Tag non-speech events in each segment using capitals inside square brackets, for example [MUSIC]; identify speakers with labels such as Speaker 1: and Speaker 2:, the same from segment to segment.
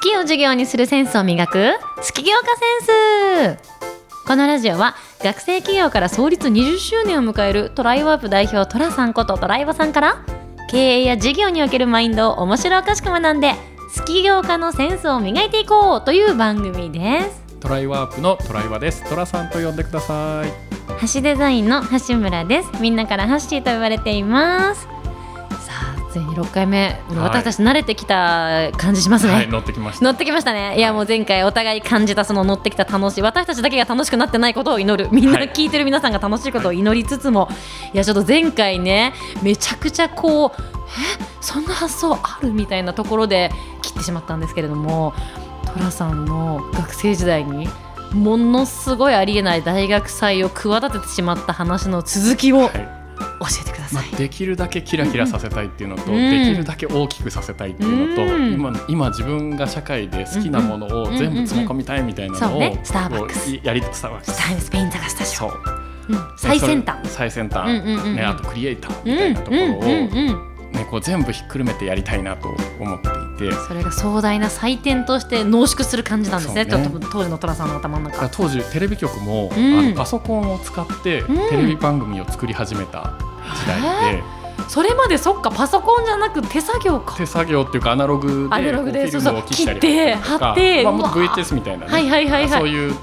Speaker 1: きを授業にするセンスを磨く好き業家センスこのラジオは学生企業から創立20周年を迎えるトライワープ代表トラさんことトライワさんから経営や事業におけるマインドを面白おかしく学んで好き業家のセンスを磨いていこうという番組です
Speaker 2: トライワープのトライワですトラさんと呼んでください
Speaker 1: 橋デザインの橋村ですみんなからハッシーと言われていますさあついに6回目、もう
Speaker 2: はい
Speaker 1: 私たち慣れてきた感じしますね、
Speaker 2: はい乗ってきました
Speaker 1: 乗ってきましたねいやもう前回お互い感じたその乗ってきた楽しい私たちだけが楽しくなってないことを祈るみんな
Speaker 2: はい
Speaker 1: 聞いてる皆さんが楽しいことを祈りつつも、い、やちょっと前回ねめちゃくちゃこうえそんな発想あるみたいなところで切ってしまったんですけれども寅さんの学生時代にものすごいありえない大学祭を企ててしまった話の続きを教
Speaker 2: はい
Speaker 1: えてくだ
Speaker 2: ま
Speaker 1: さい。
Speaker 2: あ、できるだけキラキラさせたいっていうのと、
Speaker 1: うん
Speaker 2: できるだけ大きくさせたいっていうのと、
Speaker 1: うん
Speaker 2: 今今自分が社会で好きなものを全部詰め込みたいみたいなの
Speaker 1: そう
Speaker 2: を、
Speaker 1: ねスターバックス
Speaker 2: こういやりスターバックス
Speaker 1: タイムスペイン探したし、
Speaker 2: そう
Speaker 1: うん、最先端
Speaker 2: でそれ最先
Speaker 1: うん
Speaker 2: 端、
Speaker 1: うんうんうん
Speaker 2: ね、あとクリエイター
Speaker 1: うん
Speaker 2: みたいなところを、
Speaker 1: うんうんうん
Speaker 2: ね、こう全部ひっくるめてやりたいなと思っていて。
Speaker 1: それが壮大な祭典として濃縮する感じなんですね
Speaker 2: そうね
Speaker 1: ちょっと当時の寅さんの頭の
Speaker 2: だから
Speaker 1: 中
Speaker 2: 当時テレビ局
Speaker 1: う
Speaker 2: も、
Speaker 1: ん
Speaker 2: あのパソコンを使って
Speaker 1: うん
Speaker 2: テレビ番組を作り始めた時代で、
Speaker 1: それまでそっかパソコンじゃなく手作業か
Speaker 2: 手作業っていうかアナログで
Speaker 1: アナログで
Speaker 2: こうフ
Speaker 1: そ
Speaker 2: ィ
Speaker 1: う
Speaker 2: ル
Speaker 1: そ
Speaker 2: ムを
Speaker 1: う
Speaker 2: 切っ
Speaker 1: 切
Speaker 2: た
Speaker 1: っ
Speaker 2: り
Speaker 1: て
Speaker 2: と
Speaker 1: 貼
Speaker 2: か
Speaker 1: って、
Speaker 2: まあ、もっと
Speaker 1: うわ
Speaker 2: VHS みたいな、ね
Speaker 1: はいはいはいはい
Speaker 2: そういう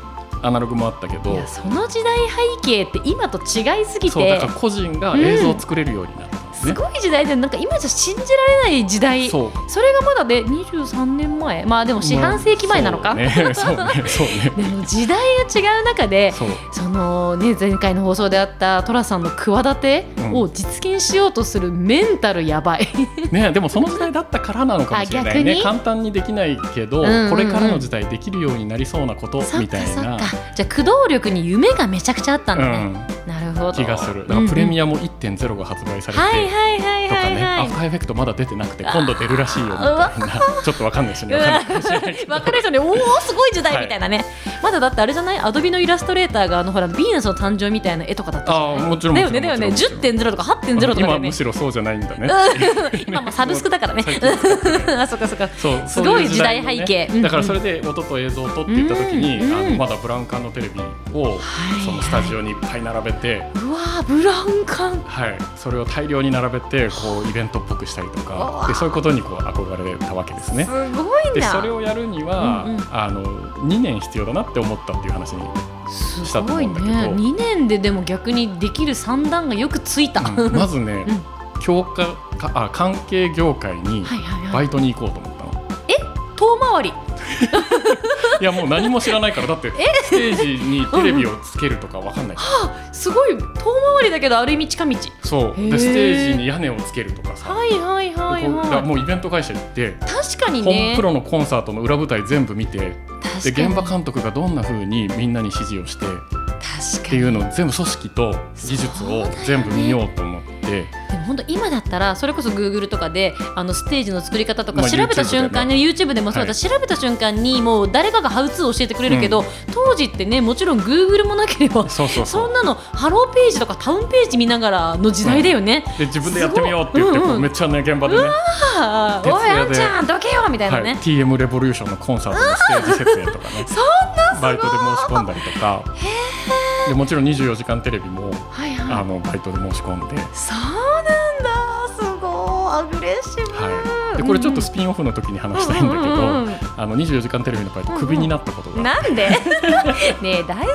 Speaker 2: アナログもあったけ
Speaker 1: い
Speaker 2: ど
Speaker 1: やその時代背景って今と違いすぎ
Speaker 2: そうだ
Speaker 1: て
Speaker 2: から個人が映像を作れるようになったんです
Speaker 1: す
Speaker 2: ね。
Speaker 1: ごい時代でなんか今じゃ信じられない時代そ
Speaker 2: そう
Speaker 1: れがまだで23年前まあでも四半世紀前なのか、
Speaker 2: まあそうね、そうね、そう
Speaker 1: で
Speaker 2: ね。
Speaker 1: も時代が違う中で
Speaker 2: そう
Speaker 1: そのね前回の放送であった寅さんの企てを実現しようとするメンタルやばい、
Speaker 2: ね、でもその時代だったからなのかもしれない
Speaker 1: あ逆に
Speaker 2: ね簡単にできないけ
Speaker 1: う
Speaker 2: ど、
Speaker 1: んうんうん
Speaker 2: これからの時代できるようになりそうなこと
Speaker 1: そっ
Speaker 2: み
Speaker 1: か
Speaker 2: たい
Speaker 1: そっ
Speaker 2: な
Speaker 1: か、じゃあ駆動力に夢がめちゃくちゃあったんだね、なるほ
Speaker 2: う
Speaker 1: ど
Speaker 2: ん、気がするだからプレミ
Speaker 1: ア
Speaker 2: アも1.0が発売されて、
Speaker 1: はいはいはい
Speaker 2: とか
Speaker 1: は
Speaker 2: ね、
Speaker 1: いは
Speaker 2: ア
Speaker 1: い
Speaker 2: フターエフェクトまだ出てなくて今度出るらしいよみたいなちょっとわかんないですねわかんないかもしれな
Speaker 1: [LAUGHS]
Speaker 2: いけど
Speaker 1: 分かる人ねおおすごい時代みたいなね、まだだってあれじゃないアドビのイラストレーターがあのほらヴィーナスの誕生みたいな絵とかだったじゃない
Speaker 2: あーもちろん
Speaker 1: だよね
Speaker 2: も
Speaker 1: だ
Speaker 2: ちろ
Speaker 1: よ
Speaker 2: ん
Speaker 1: ね
Speaker 2: もちろん
Speaker 1: 10.0とか8.0とかだ
Speaker 2: 今
Speaker 1: よ
Speaker 2: は
Speaker 1: ね
Speaker 2: むしろそうじゃないんだね。
Speaker 1: うん今もうサブスクだからね
Speaker 2: 最近
Speaker 1: [LAUGHS] あそっかそっか
Speaker 2: そう
Speaker 1: すごい
Speaker 2: そううのね
Speaker 1: 時代背景うんうん
Speaker 2: だからそれで音と映像を撮っていった時に、
Speaker 1: うんうん
Speaker 2: あのまだブラウン管のテレビを
Speaker 1: はい
Speaker 2: そのスタジオにいっぱい並べて、
Speaker 1: うわーブラウン管
Speaker 2: はい、それを大量に並べてこうイベントっぽくしたりと
Speaker 1: う
Speaker 2: か
Speaker 1: わ
Speaker 2: でそういうことにこう憧れたわけですね
Speaker 1: す。ごい
Speaker 2: で
Speaker 1: な
Speaker 2: それをやるには、
Speaker 1: うんうん
Speaker 2: あの2年必要だなって思ったっていう話に、し
Speaker 1: す
Speaker 2: たと
Speaker 1: ご
Speaker 2: 思
Speaker 1: い
Speaker 2: うんだけど
Speaker 1: ね2年ででも逆にできる算段がよくつい [LAUGHS] た、
Speaker 2: うんまずね、
Speaker 1: うん
Speaker 2: 教科かあ関係業界に
Speaker 1: はいはいは
Speaker 2: バ
Speaker 1: い
Speaker 2: イトに行こうと思ったの。
Speaker 1: 遠回り
Speaker 2: いやもう何も知らないからだってステージにテレビをつけるとかわかんない
Speaker 1: すごい遠回りだけどある意味近道
Speaker 2: そう
Speaker 1: へー
Speaker 2: でステージに屋根をつけるとかさ、
Speaker 1: はいはいは
Speaker 2: で
Speaker 1: い
Speaker 2: こうだから
Speaker 1: は
Speaker 2: もうイベント会社行って、
Speaker 1: い確かに
Speaker 2: 本
Speaker 1: ね
Speaker 2: プロのコンサートの裏舞台全部見てで
Speaker 1: 確かに
Speaker 2: 現場監督がどんな風にみんなに指示をしてっ
Speaker 1: 確か
Speaker 2: て
Speaker 1: に
Speaker 2: いうのを全部組織と技術
Speaker 1: そうだ
Speaker 2: を
Speaker 1: よね
Speaker 2: 全部見ようと思って、
Speaker 1: でも本当今だったらそれこそ Google とかであのステージの作り方とか
Speaker 2: まあ
Speaker 1: 調べた
Speaker 2: YouTube
Speaker 1: 瞬間に YouTube でもそうだし、調べた瞬間にもう誰かがハウツーを教えてくれるけど、当時ってねもちろん Google もなければ
Speaker 2: そうそうそ
Speaker 1: そ
Speaker 2: うん
Speaker 1: なのハローページとかタウンページ見ながらの時代だよね、
Speaker 2: で自分でやってみようって言っ
Speaker 1: す
Speaker 2: て、
Speaker 1: ごいうんうん
Speaker 2: こうめっちゃね現場でね、
Speaker 1: ああ
Speaker 2: 徹
Speaker 1: おいあ
Speaker 2: 夜で
Speaker 1: んちゃんどけよみたいな
Speaker 2: は
Speaker 1: ね、
Speaker 2: い、TM レボリューションのコンサートのステージ設営とかね
Speaker 1: そ
Speaker 2: バイトで申し込んだりとかでもちろん24時間テレビも
Speaker 1: はいはい
Speaker 2: あのバイトで申し込んで,、
Speaker 1: そうなんだすごいアグレッシブ、
Speaker 2: はい、でこれちょっとスピンオフの時に話したいんだけど、
Speaker 1: うんうんうんうん
Speaker 2: あの24時間テレビのバイト
Speaker 1: うんうん
Speaker 2: クビになったことが、
Speaker 1: なんで [LAUGHS] ねえ大
Speaker 2: [LAUGHS]
Speaker 1: 丈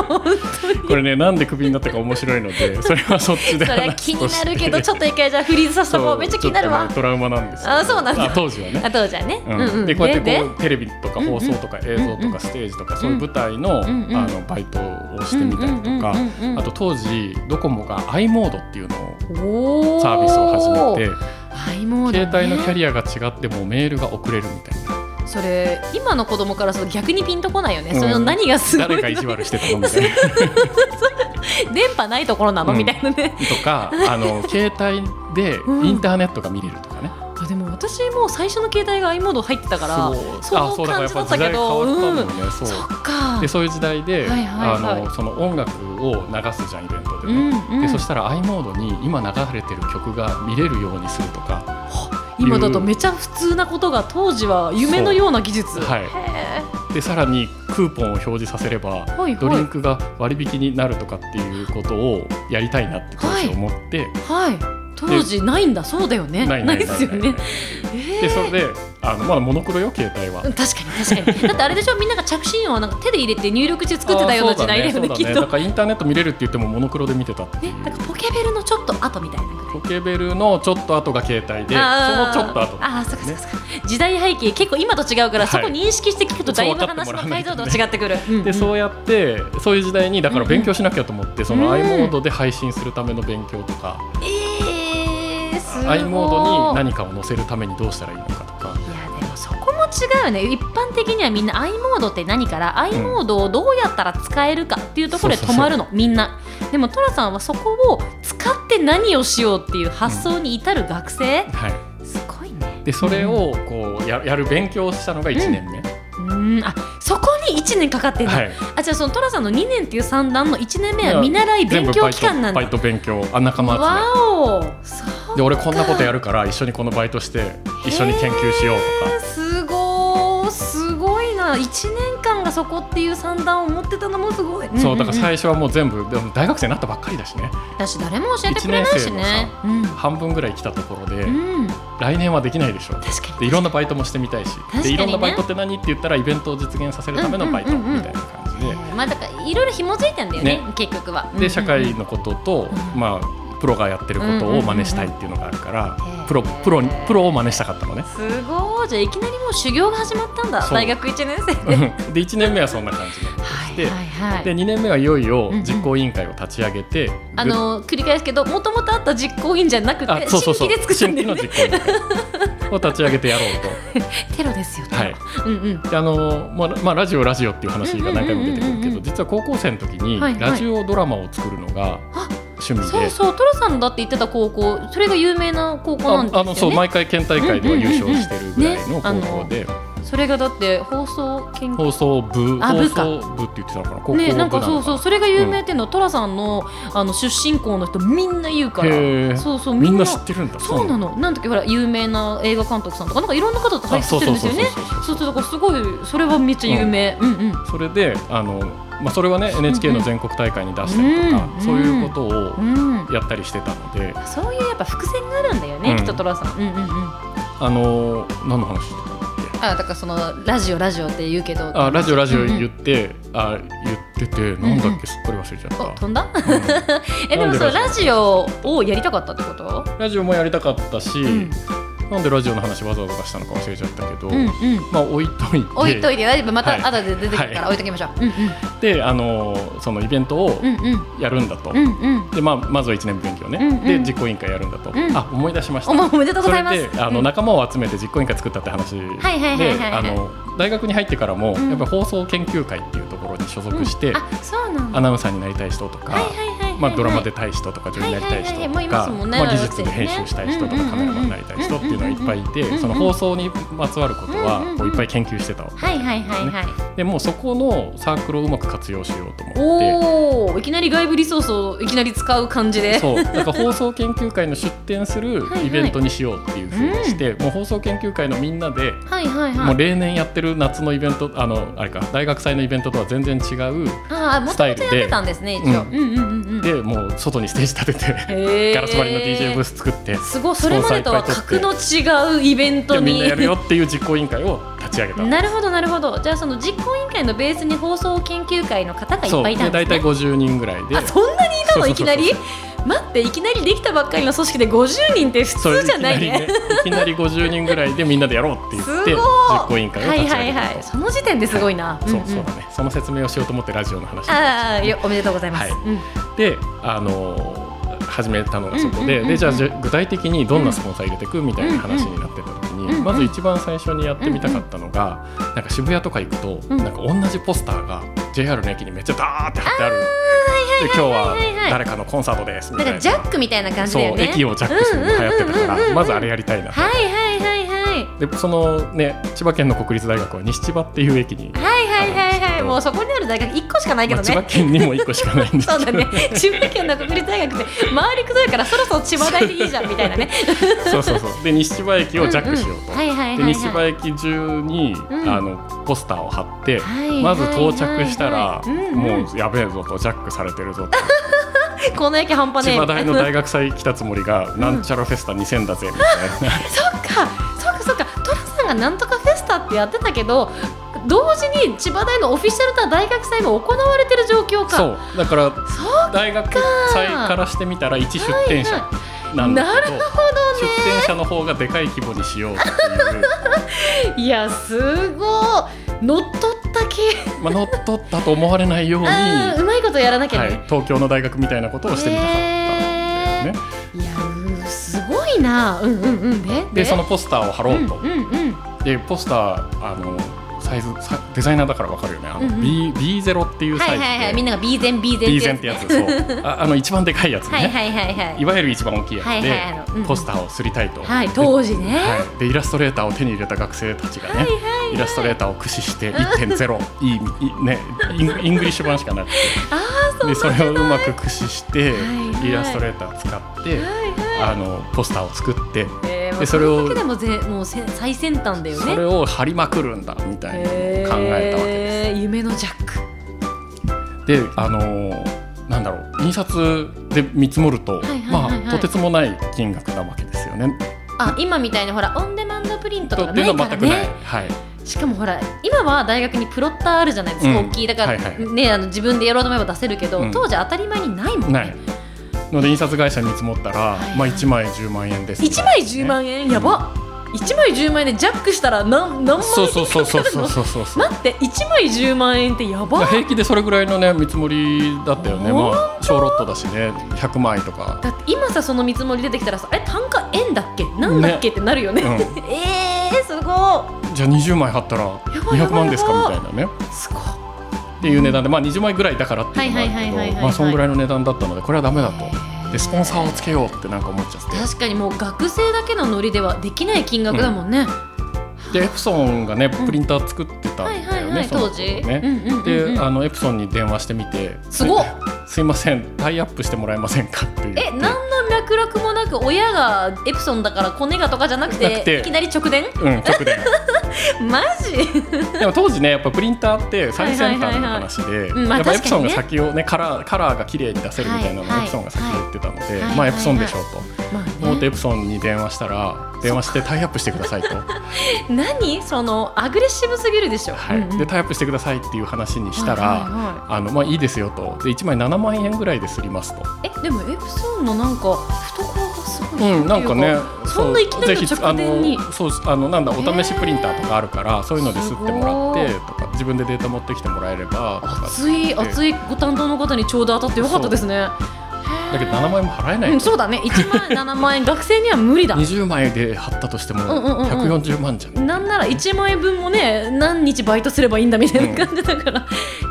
Speaker 1: 夫
Speaker 2: これねなんでクビになったか面白い
Speaker 1: [LAUGHS]
Speaker 2: のでそれはそっちで
Speaker 1: それは
Speaker 2: 話
Speaker 1: 気
Speaker 2: す
Speaker 1: に
Speaker 2: として
Speaker 1: なるけどちょっと一回じゃあフリーズさせてもらおうめっちゃ気になる
Speaker 2: そう
Speaker 1: わ
Speaker 2: ちょっとねトラウマなんですよ
Speaker 1: あそうなんだ
Speaker 2: あ当時はね
Speaker 1: あとじゃあね、
Speaker 2: うん
Speaker 1: うんうん
Speaker 2: でこうやってこ
Speaker 1: で
Speaker 2: うテレビとか放送とか映像
Speaker 1: う
Speaker 2: と
Speaker 1: んうん
Speaker 2: かステージとかそういう舞台の,、
Speaker 1: んうん
Speaker 2: あのバイトをしてみたりと
Speaker 1: う
Speaker 2: か、
Speaker 1: んうんうんうん
Speaker 2: あと当時ドコモが i モードっていうのを
Speaker 1: お
Speaker 2: サービスを始めて、
Speaker 1: はいもうだね
Speaker 2: 携帯のキャリアが違ってもメールが遅れるみたいな
Speaker 1: それ今の子供からすると逆にピンとこないよね、
Speaker 2: うん
Speaker 1: それの何がすごい
Speaker 2: 誰か意地悪してたのみたいな
Speaker 1: 電波ないところなの、
Speaker 2: うん
Speaker 1: みたいなね
Speaker 2: と
Speaker 1: [LAUGHS]
Speaker 2: かあの携帯でインターネットが見れるとかね、
Speaker 1: あでも私も最初の携帯が i モード入ってたから
Speaker 2: そう
Speaker 1: そ
Speaker 2: あ
Speaker 1: う
Speaker 2: そうだから
Speaker 1: 感
Speaker 2: やっ
Speaker 1: じだった
Speaker 2: ぱ時
Speaker 1: け
Speaker 2: 代変
Speaker 1: ど
Speaker 2: わったもんね、
Speaker 1: うん
Speaker 2: そう
Speaker 1: そっか
Speaker 2: でそういう時代で、
Speaker 1: はいはいはい
Speaker 2: あのその音楽を流すじゃんイベント
Speaker 1: う
Speaker 2: でね、
Speaker 1: んうん
Speaker 2: でそしたら i モードに今流れてる曲が見れるようにするとか
Speaker 1: 今だとめちゃ普通なことが当時は夢のような技術。
Speaker 2: はい
Speaker 1: へ
Speaker 2: でさらにクーポンを表示させれば
Speaker 1: ーはい
Speaker 2: ド
Speaker 1: は
Speaker 2: リン
Speaker 1: い
Speaker 2: クが割引になるとかっていうことをやりたいなって当時思って、
Speaker 1: はい。当時ないんだそうだよね。ないですよね。え
Speaker 2: で
Speaker 1: ー
Speaker 2: それであのまだモノクロよ携帯は
Speaker 1: うん確かに確か
Speaker 2: [LAUGHS]
Speaker 1: に。だってあれでしょみんなが着信音をなんか手で入れて入力して作ってたような時代だよね
Speaker 2: あーそうだ
Speaker 1: きっ
Speaker 2: そうだだ
Speaker 1: と。
Speaker 2: からインターネット見れるって言ってもモノクロで見てたってい
Speaker 1: ね
Speaker 2: う、
Speaker 1: なんかポケベルのちょっと後みたいなぐらい。
Speaker 2: ポケベルのちょっと後が携帯でその
Speaker 1: あー
Speaker 2: ちょっと後
Speaker 1: あーそっかそっ
Speaker 2: ね
Speaker 1: かそっか、時代背景結構今と違うから、
Speaker 2: はい
Speaker 1: そこ認識して聞くとだいぶ
Speaker 2: そう分かって
Speaker 1: 話
Speaker 2: もら
Speaker 1: の
Speaker 2: わな
Speaker 1: 解
Speaker 2: いと
Speaker 1: 像
Speaker 2: ね
Speaker 1: 度違ってくる、うんうん
Speaker 2: でそうやってそういう時代にだから勉強しなきゃと思って、その
Speaker 1: うん
Speaker 2: i モードで配信するための勉強とか、
Speaker 1: えー、すごい
Speaker 2: i モードに何かを載せるためにどうしたらいいのかとか
Speaker 1: いやでもそこも違うよね一般的にはみんな i モードって何から i
Speaker 2: ん
Speaker 1: モードをどうやったら使えるかっていうところで止まるのみんなでもトラさんはそこを使って何をしようっていう発想に至る学生、
Speaker 2: はい、
Speaker 1: すごいね
Speaker 2: でそれをこうややる勉強をしたのが1年目、
Speaker 1: うんあそこに1年かかってんだ、
Speaker 2: はい、
Speaker 1: あじゃあそのトラさんの2年っていう算段の1年目
Speaker 2: い
Speaker 1: は
Speaker 2: や
Speaker 1: 見習い
Speaker 2: 全
Speaker 1: 勉
Speaker 2: 部
Speaker 1: 強
Speaker 2: バイ
Speaker 1: 期
Speaker 2: ト
Speaker 1: 間なんだ
Speaker 2: バイト勉強あ仲間集め
Speaker 1: わおそう
Speaker 2: で俺こんなことやるから一緒にこのバイトして一緒に研究しよう
Speaker 1: えーすごーすごいな1年間がそこっていう算段を持ってたのもすごい
Speaker 2: とかそうだから
Speaker 1: んん
Speaker 2: 最初はもう全部でも大学生になったばっかりだしね
Speaker 1: だし誰も教えてくれないしねうん、
Speaker 2: 半分ぐらい来たところで
Speaker 1: うん、
Speaker 2: 来年はできないでしょ
Speaker 1: 確か
Speaker 2: でい
Speaker 1: に
Speaker 2: ろんなバイトもしてみたいし
Speaker 1: かにね
Speaker 2: でいろんなバイトって何って言ったらイベントを実現させるためのバイト
Speaker 1: うんうんうんうん
Speaker 2: みたいな感じで
Speaker 1: まあだからいろいろ紐づいてんだよね
Speaker 2: ね
Speaker 1: 結局は
Speaker 2: で社会のことと
Speaker 1: うん
Speaker 2: まあプロがやってることを真似したいっていうのがあるから
Speaker 1: うんうんうん
Speaker 2: プロプロにプロを真似したかったのね
Speaker 1: すごいじゃあいきなりもう修行が始まったんだ
Speaker 2: そう
Speaker 1: 大学1年生で
Speaker 2: うんで1年目はそんな感じで
Speaker 1: はいはいはい
Speaker 2: で2年目はいよいよ
Speaker 1: うんうん
Speaker 2: 実行委員会を立ち上げて
Speaker 1: あの繰り返すけどもともとあった実行委員じゃなくて
Speaker 2: あそうそうそ
Speaker 1: 新
Speaker 2: う
Speaker 1: 規で作ったんだ
Speaker 2: 新
Speaker 1: よね
Speaker 2: 規の実行委員会を立ち上げてやろ
Speaker 1: [LAUGHS]
Speaker 2: う
Speaker 1: テロですよ、
Speaker 2: と。はい、
Speaker 1: うんうん
Speaker 2: であのまあまあラジオラジオっていう話が何回も出てく
Speaker 1: うんうんうんう
Speaker 2: る
Speaker 1: ん
Speaker 2: け
Speaker 1: う
Speaker 2: ど
Speaker 1: ん
Speaker 2: 実は高校生の時に
Speaker 1: はいはい
Speaker 2: ラジオドラマを作るのが
Speaker 1: あ
Speaker 2: 趣味で。
Speaker 1: そうそう、トラさんだって言ってた高校、それが有名な高校なんです
Speaker 2: あ
Speaker 1: よね。
Speaker 2: あのそう毎回県大会では優勝してるぐらいの
Speaker 1: うんうんうんうんね
Speaker 2: 高校で
Speaker 1: それがだって放送研究。
Speaker 2: 放送部
Speaker 1: あ
Speaker 2: 放
Speaker 1: 部か
Speaker 2: 送部って言ってたのかな高校部
Speaker 1: ね、
Speaker 2: な
Speaker 1: なん
Speaker 2: のか
Speaker 1: かそうそう、それが有名っていうのは、トラさんの、あの出身校の人、みんな言うから。
Speaker 2: へえ
Speaker 1: そうそう、
Speaker 2: みんな知ってるんだ
Speaker 1: そうな
Speaker 2: の
Speaker 1: の、なんだっけ、ほら、有名な映画監督さんとか、なんかいろんな方と入ってきてるんですよね
Speaker 2: あ。そうそうそうそ
Speaker 1: そ
Speaker 2: う
Speaker 1: うそう、だから、すごい、それはめっちゃ有名。うんうん。
Speaker 2: それであのまあそれはね NHK の全国大会に出したりとか、
Speaker 1: うん
Speaker 2: そういうこと
Speaker 1: う
Speaker 2: を
Speaker 1: ん。
Speaker 2: やったりしてたので、
Speaker 1: そういうやっぱ伏線があるんだよね、
Speaker 2: うん
Speaker 1: きっとトラさん。うんうんうん。
Speaker 2: あの何の話してたんだっけ
Speaker 1: あ、だから、そのラジオラジオって言うけど。
Speaker 2: あラジオラジオ言
Speaker 1: っ
Speaker 2: って、あ言っててなんだっけすっかり忘れちゃ
Speaker 1: お、
Speaker 2: っ
Speaker 1: 飛んだ。
Speaker 2: た、
Speaker 1: えでもそうラ
Speaker 2: なんでラ
Speaker 1: ジオをやりたかったってこと
Speaker 2: うんラジオもやりたかったし、
Speaker 1: ん
Speaker 2: なんでラジオの話わざわざしたのか忘れちゃったけど、
Speaker 1: うんうん
Speaker 2: まあ置いといて
Speaker 1: 置いといて大丈夫また
Speaker 2: はい
Speaker 1: 後で出てくるから
Speaker 2: は
Speaker 1: 置いときましょううん
Speaker 2: であのそのイベントを
Speaker 1: うんうん
Speaker 2: やるんだと、
Speaker 1: うんうんうん
Speaker 2: でまあ、まずは1年勉強ね、
Speaker 1: うんうん
Speaker 2: で実行委員会やるんだと、
Speaker 1: うん
Speaker 2: あ思い出しました
Speaker 1: おまおめでとうございます
Speaker 2: それであの仲間を集めて実行委員会作ったって話で
Speaker 1: はいはいはいはい
Speaker 2: あの大学に入ってからも、
Speaker 1: うん
Speaker 2: やっぱり放送研究会っていうところに所属して、
Speaker 1: うんあそうなんだ
Speaker 2: アナウンサーになりたい人とか、
Speaker 1: はいはいはいはいはい
Speaker 2: まあ、ドラマ出たい人とか女優になりたい人
Speaker 1: はいはいはいはい
Speaker 2: と
Speaker 1: もういま
Speaker 2: か
Speaker 1: すもんね
Speaker 2: まあ技術で編集したい人と
Speaker 1: うんうんう
Speaker 2: か
Speaker 1: ん
Speaker 2: カメラマンになりたい人っていうのがいっぱいい
Speaker 1: うんうんう
Speaker 2: て
Speaker 1: ん
Speaker 2: その放送にまつわること
Speaker 1: うんうんう
Speaker 2: は
Speaker 1: ん
Speaker 2: こういっぱい研究してたわけ
Speaker 1: はいはいはいはい
Speaker 2: でもうそこのサークルをうまく活用しようと思って。
Speaker 1: おおいきなり外部リソースをいきなり使う感じで
Speaker 2: そうだから放送研究会の出展するイベントにしようっていうふうにして、もう放送研究会のみんなで、
Speaker 1: はいはい
Speaker 2: も
Speaker 1: は
Speaker 2: う
Speaker 1: い
Speaker 2: 例年やってる夏のイベントあのあれか大学祭のイベントとは全然違う
Speaker 1: ああも
Speaker 2: ス
Speaker 1: と
Speaker 2: タ
Speaker 1: も
Speaker 2: イル
Speaker 1: と
Speaker 2: で
Speaker 1: やってたんですね一応う
Speaker 2: う
Speaker 1: ん
Speaker 2: ん
Speaker 1: うんうんうん
Speaker 2: でもう外にステージ立てて、
Speaker 1: へー
Speaker 2: ガラス張りの DJ ブース作って
Speaker 1: すごいそれまでとは格の違うイベント
Speaker 2: でみん
Speaker 1: に
Speaker 2: なやるよっていう実行委員会を立ち上げた
Speaker 1: なるほどなるほどじゃあその実行委員会のベースに放送研究会の方がいっ
Speaker 2: そう
Speaker 1: ぱいいたんで
Speaker 2: 大
Speaker 1: すね
Speaker 2: 体50人ぐらいで
Speaker 1: あそんなにいたの
Speaker 2: そうそうそうそう
Speaker 1: いきなり待っていきなりできたばっかりの組織で50人って普
Speaker 2: そう
Speaker 1: 通じゃないね
Speaker 2: いきなりねいきなり50人ぐらいでみんなでやろうって言っ
Speaker 1: すごい
Speaker 2: て実行委員会を
Speaker 1: はい
Speaker 2: 立ち
Speaker 1: は
Speaker 2: 上
Speaker 1: い
Speaker 2: げた、
Speaker 1: はいその時点ですごいな、
Speaker 2: そ
Speaker 1: ん
Speaker 2: うんそうだねその説明をしようと思ってラジオの話
Speaker 1: ああよおめでとうございます、
Speaker 2: はい
Speaker 1: うん
Speaker 2: であのー始めたのがそこで,、
Speaker 1: うんうんうんうん
Speaker 2: でじゃあじゃ具体的にどんなスポンサー入れてくみたいな話になってた時に、
Speaker 1: うんうん
Speaker 2: まず一番最初にやってみたかったのが、なんか渋谷とか行くと、
Speaker 1: うん
Speaker 2: なんか同じポスターが JR の駅にめっちゃダーって貼ってあるで今日は誰かのコンサートですみ
Speaker 1: な
Speaker 2: た
Speaker 1: ん
Speaker 2: い
Speaker 1: か
Speaker 2: な
Speaker 1: ジャックみたいな感じ
Speaker 2: そう
Speaker 1: だよね
Speaker 2: 駅をジャックするのが流行ってたから、
Speaker 1: うんうんうんうん
Speaker 2: まずあれやりたいなと
Speaker 1: はいはいはいはい
Speaker 2: でそのね千葉県の国立大学は西千葉っていう駅に
Speaker 1: はいはいはいはいもうそこにあるる大学一個しかないけ
Speaker 2: ま
Speaker 1: どね、
Speaker 2: あ、千葉県にも一個しかないんです
Speaker 1: そうだ
Speaker 2: けど
Speaker 1: ね千葉県の国立大学って周りくどいからそろそろ千葉大でいいじゃんみたいな
Speaker 2: [LAUGHS]
Speaker 1: ね
Speaker 2: [LAUGHS] そうそうそうで西千葉駅をジャックしようと、
Speaker 1: んんはいはいはい、
Speaker 2: で
Speaker 1: はい、
Speaker 2: 西千葉駅中に、
Speaker 1: うん
Speaker 2: あのポスターを貼って、
Speaker 1: はいはい
Speaker 2: まず到着したら、
Speaker 1: はいはいうんうん
Speaker 2: もうやべえぞとジャックされてるぞと
Speaker 1: この駅半端ねえ
Speaker 2: 千葉大の
Speaker 1: そっ
Speaker 2: 大学祭来たつもりが、なんちゃらフェスタ2000だぜみたい
Speaker 1: [LAUGHS]
Speaker 2: な
Speaker 1: かそっかそっかトラさんがなんとかフェスタってやってたけど同時に千葉大のオフィシャルと大学祭も行われてる状況か
Speaker 2: そうだから
Speaker 1: そう
Speaker 2: 大学祭からしてみたら一出展者なんだ
Speaker 1: なる
Speaker 2: け
Speaker 1: ほ
Speaker 2: ど、
Speaker 1: ど
Speaker 2: 出展者の方がでかい規模にしようっていう
Speaker 1: ねいやすごい乗っ取った系 [LAUGHS]
Speaker 2: まあ乗っ取ったと思われないように、
Speaker 1: あーうまいことやらなきゃ
Speaker 2: はい
Speaker 1: ね、、
Speaker 2: 東京の大学みたいなことをしてみたかったんだよ
Speaker 1: え
Speaker 2: ね。
Speaker 1: ーいやうんすごいなうんうんうんで
Speaker 2: でそのポスターを貼ろうと、
Speaker 1: うんうんうん
Speaker 2: でポスターあのサイズさデザイナーだからわかるよねあの、
Speaker 1: うんうん
Speaker 2: B B0 っていう
Speaker 1: は
Speaker 2: サ
Speaker 1: い
Speaker 2: イズで、
Speaker 1: はいはいみんなが B 前 B 前
Speaker 2: B 前ってやつそうああの一番でかいやつね、
Speaker 1: はい
Speaker 2: い
Speaker 1: はいはいはい
Speaker 2: わゆる一番大きいやつで、
Speaker 1: はいはいあのうん
Speaker 2: ポスターを刷りたいと、
Speaker 1: はい当時ね
Speaker 2: はい、でイラストレーターを手に入れた学生たちがね、
Speaker 1: はいはい
Speaker 2: イラストレーターを駆使して1.0
Speaker 1: [LAUGHS]
Speaker 2: いいいねインイングリッシュ版しかなくて
Speaker 1: ああそう
Speaker 2: でそれをうまく駆使して、
Speaker 1: はいはい
Speaker 2: イラストレーター使って、
Speaker 1: はいはい
Speaker 2: あのポスターを作って
Speaker 1: えー
Speaker 2: でそれを
Speaker 1: もうそれだけでもぜもうせ最先端だよね
Speaker 2: それを貼りまくるんだみたいな考えたわけです。
Speaker 1: えー夢のジャック
Speaker 2: であのーなんだろう印刷で見積もると、
Speaker 1: いはいはい
Speaker 2: ま
Speaker 1: はい
Speaker 2: あとてつもない金額なわけですよね。
Speaker 1: あ今みたいにほらオンデマンドプリントと
Speaker 2: と
Speaker 1: か
Speaker 2: って
Speaker 1: ないいう
Speaker 2: の
Speaker 1: から
Speaker 2: は全くない。
Speaker 1: ね
Speaker 2: はい。
Speaker 1: しかもほら今は大学にプロッターあるじゃないですか、
Speaker 2: うん
Speaker 1: 大きいだから、
Speaker 2: はいはい
Speaker 1: ねあの自分でやろうと思えば出せるけど、
Speaker 2: うん
Speaker 1: 当時当たり前にないもんね
Speaker 2: ない。ので印刷会社に見積もったら、
Speaker 1: いはい
Speaker 2: まあ1枚10万円です、
Speaker 1: 1枚10万円、やば1枚10万円でジャックしたら何何万円
Speaker 2: そうそうそうそうそうそ
Speaker 1: [LAUGHS]
Speaker 2: うそうそう。
Speaker 1: 待って1枚10万円ってやば
Speaker 2: まあ平気でそれぐらいのね見積もりだったよね。
Speaker 1: 本
Speaker 2: まあ小ロットだしね100枚とか。
Speaker 1: だって今さその見積もり出てきたらさえ単価円だっけなんだっけ、ってなるよね、
Speaker 2: うん
Speaker 1: [LAUGHS] えー、すご
Speaker 2: じゃあ20枚貼ったら
Speaker 1: いやばい
Speaker 2: 200万ですかみたいなね。
Speaker 1: いすごい
Speaker 2: っていう値段で、まあ、20枚ぐらいだからっていうのもあ
Speaker 1: はいはいはい
Speaker 2: る
Speaker 1: はいはいは
Speaker 2: けど
Speaker 1: い
Speaker 2: まあそんぐらいの値段だったのでこれはダメだ
Speaker 1: へー
Speaker 2: とでスポンサーをつけようってなんか思っちゃっ
Speaker 1: 確かにもう学生だけのノリではできない金額だもんね、
Speaker 2: てでエプソンがねプリンター作ってたん
Speaker 1: はいは
Speaker 2: だ
Speaker 1: い
Speaker 2: よ
Speaker 1: は
Speaker 2: ね
Speaker 1: い
Speaker 2: その
Speaker 1: 当
Speaker 2: 頃
Speaker 1: 時、う
Speaker 2: ね
Speaker 1: んうんうんうん
Speaker 2: であのエプソンに電話してみて
Speaker 1: すごっ
Speaker 2: すいませんタイアップしてもらえませんかって言って
Speaker 1: え何の脈絡もなく親がエプソンだからコネがとかじゃなくて
Speaker 2: なくて
Speaker 1: いきなり直伝
Speaker 2: うん直電
Speaker 1: [LAUGHS] マジ
Speaker 2: でも当時ねやっぱプリンターって最先端の話で
Speaker 1: うんまあ
Speaker 2: やっぱエプソンが
Speaker 1: 確
Speaker 2: 先をねカラーカラーが綺麗に出せるみたいなの
Speaker 1: はいはい
Speaker 2: をエプソンが先に言ってたの
Speaker 1: い
Speaker 2: で
Speaker 1: はい
Speaker 2: ま
Speaker 1: は
Speaker 2: あ
Speaker 1: い
Speaker 2: エプソンでしょう
Speaker 1: ま
Speaker 2: と思ってエプソンに電話したら電話してタイアップしてくださいと。
Speaker 1: [LAUGHS] 何そのアグレッシブすぎるでしょ、
Speaker 2: はい
Speaker 1: うんうん
Speaker 2: でタイアップしてくださいっていう話にしたら、
Speaker 1: はいはいは
Speaker 2: あのまあ、いいですよとで1枚7万円ぐらいで済りますと、
Speaker 1: いえでもエプソンのなんか懐がすごいっていう
Speaker 2: うん、なんかね
Speaker 1: そんないきなりの
Speaker 2: ぜひ
Speaker 1: 直前に
Speaker 2: あのそうあのなんだお試しプリンターとかあるからそういうのです吸
Speaker 1: ごい
Speaker 2: ってもらってとか自分でデータ持ってきてもらえればとか
Speaker 1: 熱い熱いご担当の方にちょうど当たってよかったですね
Speaker 2: だけど7万円も払えない、
Speaker 1: うん、そうだね1万7万円学生には無理だ
Speaker 2: 20枚で貼ったとしても
Speaker 1: うんうんうんうん
Speaker 2: 140万じゃん,、
Speaker 1: なんなら1万円分もね何日バイトすればいいんだみたいな感じだから、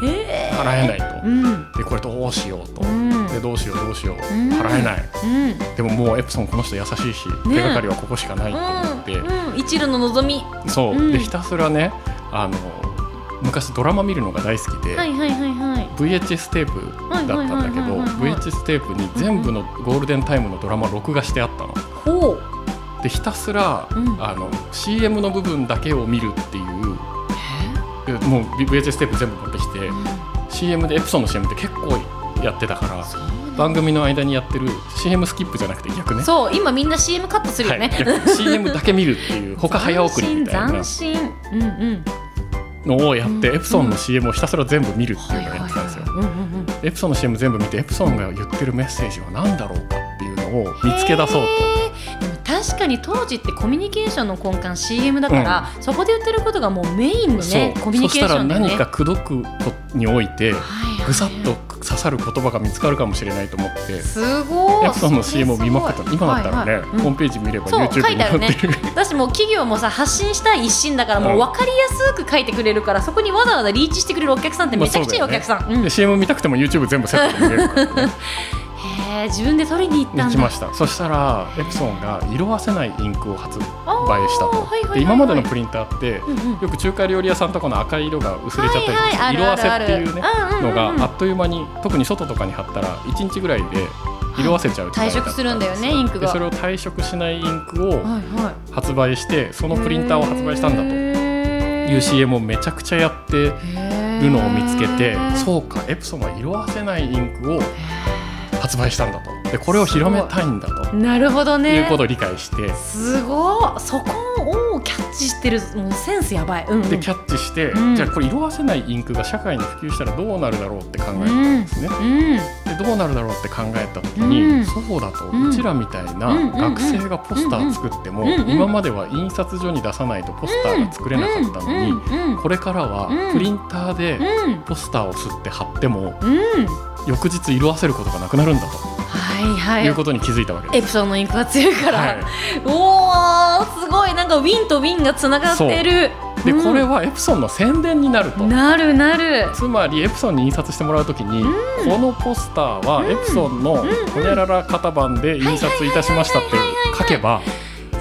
Speaker 1: ええ
Speaker 2: 払えない
Speaker 1: ー、う
Speaker 2: と
Speaker 1: ん
Speaker 2: でこれどうしよう
Speaker 1: う
Speaker 2: と、
Speaker 1: ん
Speaker 2: でどうしようどうしよう、
Speaker 1: ん
Speaker 2: 払えない
Speaker 1: うん
Speaker 2: でももうエプソンこの人優しいし、手がかりはここしかないと思って、
Speaker 1: うんうん、一縷の望み
Speaker 2: そう、
Speaker 1: うん
Speaker 2: でひたすらねあの昔ドラマ見るのが大好きで、
Speaker 1: はいはいはいはい
Speaker 2: VHS テープだったんだけ
Speaker 1: はいはいはいは
Speaker 2: ど
Speaker 1: いはい
Speaker 2: VHS テープに全部のゴールデンタイムのドラマ録画してあったの。
Speaker 1: ほう
Speaker 2: でひたすら、
Speaker 1: うん
Speaker 2: あの CM の部分だけを見るっていう。もう VHS テープ全部持ってきて、CM でエプソンの CM って結構やってたから番組の間にやってる CM スキップじゃなくて逆ね
Speaker 1: そう今みんな CM カットするよ
Speaker 2: はい、
Speaker 1: ね、[LAUGHS]
Speaker 2: 逆 CM だけ見るっていう他早送りみたいな
Speaker 1: 斬新斬新うんうん
Speaker 2: のをやって、
Speaker 1: うん
Speaker 2: エプソンの CM をひたすら全部見るってい
Speaker 1: はい
Speaker 2: うのを
Speaker 1: はい
Speaker 2: やってたんですよ。
Speaker 1: はいうんうんうん
Speaker 2: エプソンの CM 全部見てエプソンが言ってるメッセージは何だろうかっていうのを見つけ出そう
Speaker 1: へーでも確かに当時ってコミュニケーションの根幹 CM だから、そこで言ってることがもうメインの
Speaker 2: とそう,、
Speaker 1: ねコミュニ
Speaker 2: そ
Speaker 1: ケ
Speaker 2: し
Speaker 1: ーシ
Speaker 2: た
Speaker 1: ョ
Speaker 2: ら
Speaker 1: ンだよね
Speaker 2: 何か口説くことにおいて
Speaker 1: はいはい
Speaker 2: ぐさっと刺さる言葉が見つかるかもしれないと思って
Speaker 1: すごい
Speaker 2: エプソンの CM を見まくったの今だったらね、
Speaker 1: はいはいうん
Speaker 2: ホームページ見れば
Speaker 1: そう
Speaker 2: YouTube
Speaker 1: 書い
Speaker 2: に
Speaker 1: てあるね
Speaker 2: 載ってる
Speaker 1: 私もう企業もさ発信したい一心だからもう分かりやすく書いてくれるから、そこにわざわざリーチしてくれるお客さんってめちゃくちゃいいお客さん、うん [LAUGHS]
Speaker 2: で CM 見たくても YouTube 全部セットで見れるからね
Speaker 1: へえー、自分で取りに行ったんだ
Speaker 2: 行きましたそしたらエプソンが色あせないインクを発売した
Speaker 1: あーはいはいはいはい
Speaker 2: とで今までのプリンターって
Speaker 1: うんうん
Speaker 2: よく中華料理屋さんとかの赤い色が薄れちゃったり、
Speaker 1: はいはい
Speaker 2: 色あせ
Speaker 1: あ
Speaker 2: っ
Speaker 1: るあ
Speaker 2: て
Speaker 1: るある
Speaker 2: いうね
Speaker 1: うんうんうん
Speaker 2: のがあっという間に特に外とかに貼ったら1日ぐらいで色あせちゃう時代だっ
Speaker 1: 退
Speaker 2: た
Speaker 1: 色するんだよねインクが
Speaker 2: でそれを退色しないインクを
Speaker 1: はいはい
Speaker 2: 発売してそのプリンターを発売したんだという CM をめちゃくちゃやって
Speaker 1: る
Speaker 2: るのを見つけて
Speaker 1: う
Speaker 2: そうかエプソンは色あせないインクを発売したんだとでこれを広めたいんだと
Speaker 1: なるほどね
Speaker 2: いうことを理解して
Speaker 1: すごいそこをキャッチしてるもうセンスやばい、うんうん、
Speaker 2: でキャッチして、
Speaker 1: うん
Speaker 2: じゃあこれ色あせないインクが社会に普及したらどうなるだろうって考えたんですね。
Speaker 1: うん
Speaker 2: でどうなるだろうって考えた時に、
Speaker 1: うん
Speaker 2: そうだと
Speaker 1: うん
Speaker 2: うちらみたいな
Speaker 1: うんうんうん
Speaker 2: 学生がポスター作っても、
Speaker 1: うんうん
Speaker 2: 今までは印刷所に出さないとポスターが作れなかったのに、
Speaker 1: うんうん
Speaker 2: これからは
Speaker 1: うん
Speaker 2: プリンターで
Speaker 1: うん
Speaker 2: ポスターを吸って貼っても
Speaker 1: うん
Speaker 2: 翌日色あせることがなくなるんだ
Speaker 1: はいは
Speaker 2: と
Speaker 1: い
Speaker 2: いうことに気づいたわけです。
Speaker 1: エプソンのインクが強いから、
Speaker 2: はい
Speaker 1: おーすごいなんかウィンとウィンがつながってる
Speaker 2: で
Speaker 1: うん
Speaker 2: これはエプソンの宣伝になると。
Speaker 1: なるなる
Speaker 2: つまりエプソンに印刷してもらうときに、このポスターはエプソンのほにゃらら型番で印刷いたしましたって書けば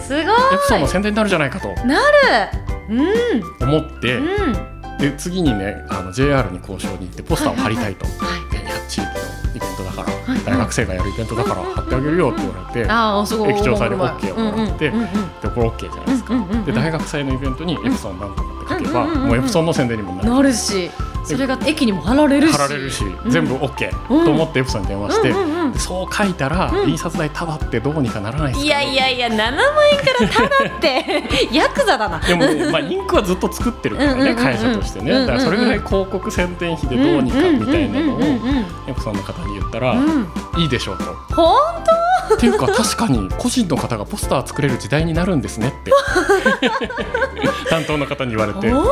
Speaker 1: すごい
Speaker 2: エプソンの宣伝になるじゃないかと
Speaker 1: うん
Speaker 2: 思って、
Speaker 1: うん
Speaker 2: で次にねあの JR に交渉に行ってポスターを貼りたいと、
Speaker 1: はい
Speaker 2: でいや地域のイベントだから、
Speaker 1: いはい
Speaker 2: 大学生がやるイベントだから
Speaker 1: うんうんうん
Speaker 2: 貼ってあげるよって言われて、
Speaker 1: ああすごい
Speaker 2: 駅長さんに
Speaker 1: ううう
Speaker 2: OK をもらって
Speaker 1: うんうんうん
Speaker 2: でこれ OK じゃないですか。
Speaker 1: うんうんうん
Speaker 2: で大学祭のイベントにエプソンなんとかって書けば、
Speaker 1: うんうんうんうん
Speaker 2: もうエプソンの宣伝にもなる。
Speaker 1: なるしそれが駅にも貼られるし
Speaker 2: 貼られるし、
Speaker 1: ん
Speaker 2: 全部 OK
Speaker 1: うん
Speaker 2: と思ってエプソンに電話して、
Speaker 1: うんうんうん
Speaker 2: そう書いたら、
Speaker 1: うん
Speaker 2: 印刷代ただってどうにかならないです
Speaker 1: い
Speaker 2: か、
Speaker 1: や
Speaker 2: ね、
Speaker 1: いやいや7万円からただって [LAUGHS] ヤクザだな
Speaker 2: でもね、まあ、インクはずっと作ってるから
Speaker 1: うんうんうんう
Speaker 2: ね
Speaker 1: ん
Speaker 2: 会社としてね
Speaker 1: うんうんう
Speaker 2: だ
Speaker 1: ん
Speaker 2: からそれぐらい広告宣伝費でどうにかみたいなのを
Speaker 1: うんうんうんうん
Speaker 2: エプソンの方に言ったら、
Speaker 1: うんうん
Speaker 2: いいでしょうと。
Speaker 1: ほんと
Speaker 2: っていうか確かに個人の方がポスター作れる時代になるんですねって
Speaker 1: [LAUGHS]
Speaker 2: 担当の方に言われて
Speaker 1: ほんと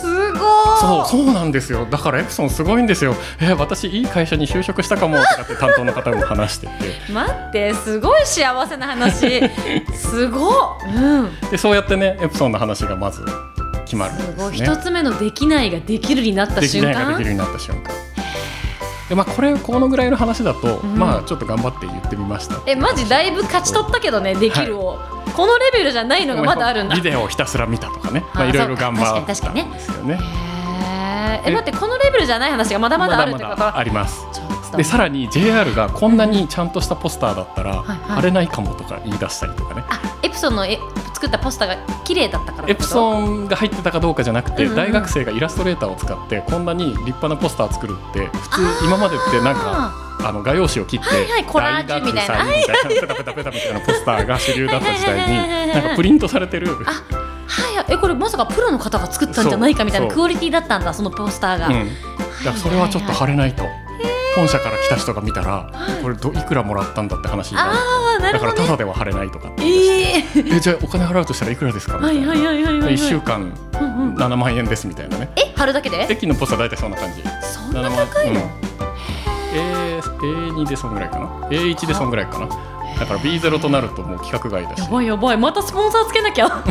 Speaker 1: すごい
Speaker 2: そうそうなんですよだからエプソンすごいんですよえー私いい会社に就職したかもとかって担当の方も話してて
Speaker 1: 待ってすごい幸せな話
Speaker 2: [LAUGHS]
Speaker 1: すごい、うん、
Speaker 2: でそうやってねエプソンの話がまず決まるん
Speaker 1: すごい
Speaker 2: ですね
Speaker 1: 一つ目のできないができるになった
Speaker 2: でき
Speaker 1: 瞬
Speaker 2: ないがで
Speaker 1: 間
Speaker 2: きるようになった瞬間でまあこれこのぐらいの話だと、
Speaker 1: ん
Speaker 2: まあちょっと頑張って言ってみました
Speaker 1: えマジだいぶ勝ち取ったけどねできるを、このレベルじゃないのがまだあるんだ
Speaker 2: ビデオをひたすら見たとかね、ま
Speaker 1: あ
Speaker 2: あ、いろいろ頑張
Speaker 1: そう
Speaker 2: っ
Speaker 1: か確か
Speaker 2: た
Speaker 1: に確かに
Speaker 2: ん
Speaker 1: ね
Speaker 2: ですよね
Speaker 1: へーえ
Speaker 2: え
Speaker 1: 待ってこのレベルじゃない話がまだまだあるってこと
Speaker 2: まだまだあります
Speaker 1: ちょっと
Speaker 2: でさらに JR がこんなにちゃんとしたポスターだったら
Speaker 1: はいはい
Speaker 2: 貼れないかもとか言い出したりとかね
Speaker 1: あエプソンのえ作ったポスターが綺麗だったから
Speaker 2: エプ
Speaker 1: ン
Speaker 2: ソンが入ってたかどうかじゃなくて
Speaker 1: うんうん
Speaker 2: 大学生がイラストレーターを使ってこんなに立派なポスター作るって普通今までってなんかあの画用紙を切って
Speaker 1: はいはいコラージュみたいな
Speaker 2: 大学生みたいなペタペタペタみたいなポスターが主流だった時
Speaker 1: はいはいはいはい
Speaker 2: 代に
Speaker 1: はい
Speaker 2: なんかプリントされてる
Speaker 1: あはいえこれまさかプロの方が作ったんじゃないかみたいな
Speaker 2: そう
Speaker 1: クオリティだったんだそのポスターが、
Speaker 2: うん、だからそれはちょっと貼れないと本社から来た人が見たらこれどいくらもらったんだって話になる
Speaker 1: ああなる
Speaker 2: だ
Speaker 1: ほ
Speaker 2: から
Speaker 1: ど、
Speaker 2: た
Speaker 1: ね、
Speaker 2: だでは貼れないとかって
Speaker 1: ええー
Speaker 2: えじゃあお金払うとしたらいくらですかみた
Speaker 1: はいい
Speaker 2: な
Speaker 1: はいはいはいはい、はい、
Speaker 2: 1週間
Speaker 1: うんうん
Speaker 2: 7万円ですみたいなね
Speaker 1: え貼るだけで
Speaker 2: 駅のポスター大体そんな感じ
Speaker 1: そん
Speaker 2: 7
Speaker 1: な
Speaker 2: 万
Speaker 1: 高いの、
Speaker 2: うん A- A2 でそんぐらいかな A1 でそんぐらいかなだから B0 となるともう規格外だし
Speaker 1: やばいやばいまたスポンサーつけなき
Speaker 2: [LAUGHS]
Speaker 1: ゃ
Speaker 2: っ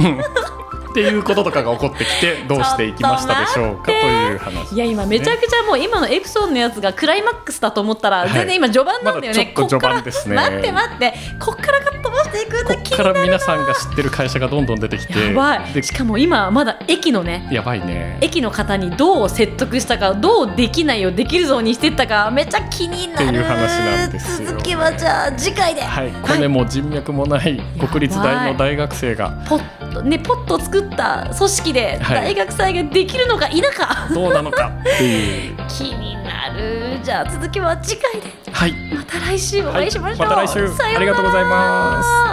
Speaker 2: ていうこととかが起こってき
Speaker 1: [LAUGHS]
Speaker 2: てどうしていきましたでしょうかという話
Speaker 1: いや今めちゃくちゃもう今のエプソンのやつがクライマックスだと思ったら
Speaker 2: はい
Speaker 1: 全然今序盤なんだよね、
Speaker 2: まだちょっと序
Speaker 1: こっから
Speaker 2: 盤ですね
Speaker 1: 待って待ってこっからカットばしていくんだ
Speaker 2: こっから皆さんが知ってる会社がどんどん出てきて
Speaker 1: やばい
Speaker 2: で
Speaker 1: しかも今まだ駅のね
Speaker 2: やばいね
Speaker 1: 駅の方にどう説得したかどうできないをできるぞうにしてったかめちゃ気になる
Speaker 2: っていう話なんですよ
Speaker 1: 続きはじゃあ次回で、
Speaker 2: はいこれねもう人脈もない国立大の大学生が
Speaker 1: ポッとねポッと作った組織で
Speaker 2: はい
Speaker 1: 大学祭ができるのか否か、
Speaker 2: どうなのかっていう
Speaker 1: 気になるじゃあ続きは次回で
Speaker 2: はい
Speaker 1: また来週お会いしましょう、
Speaker 2: はいまた来週
Speaker 1: さようなら
Speaker 2: ありがとうございます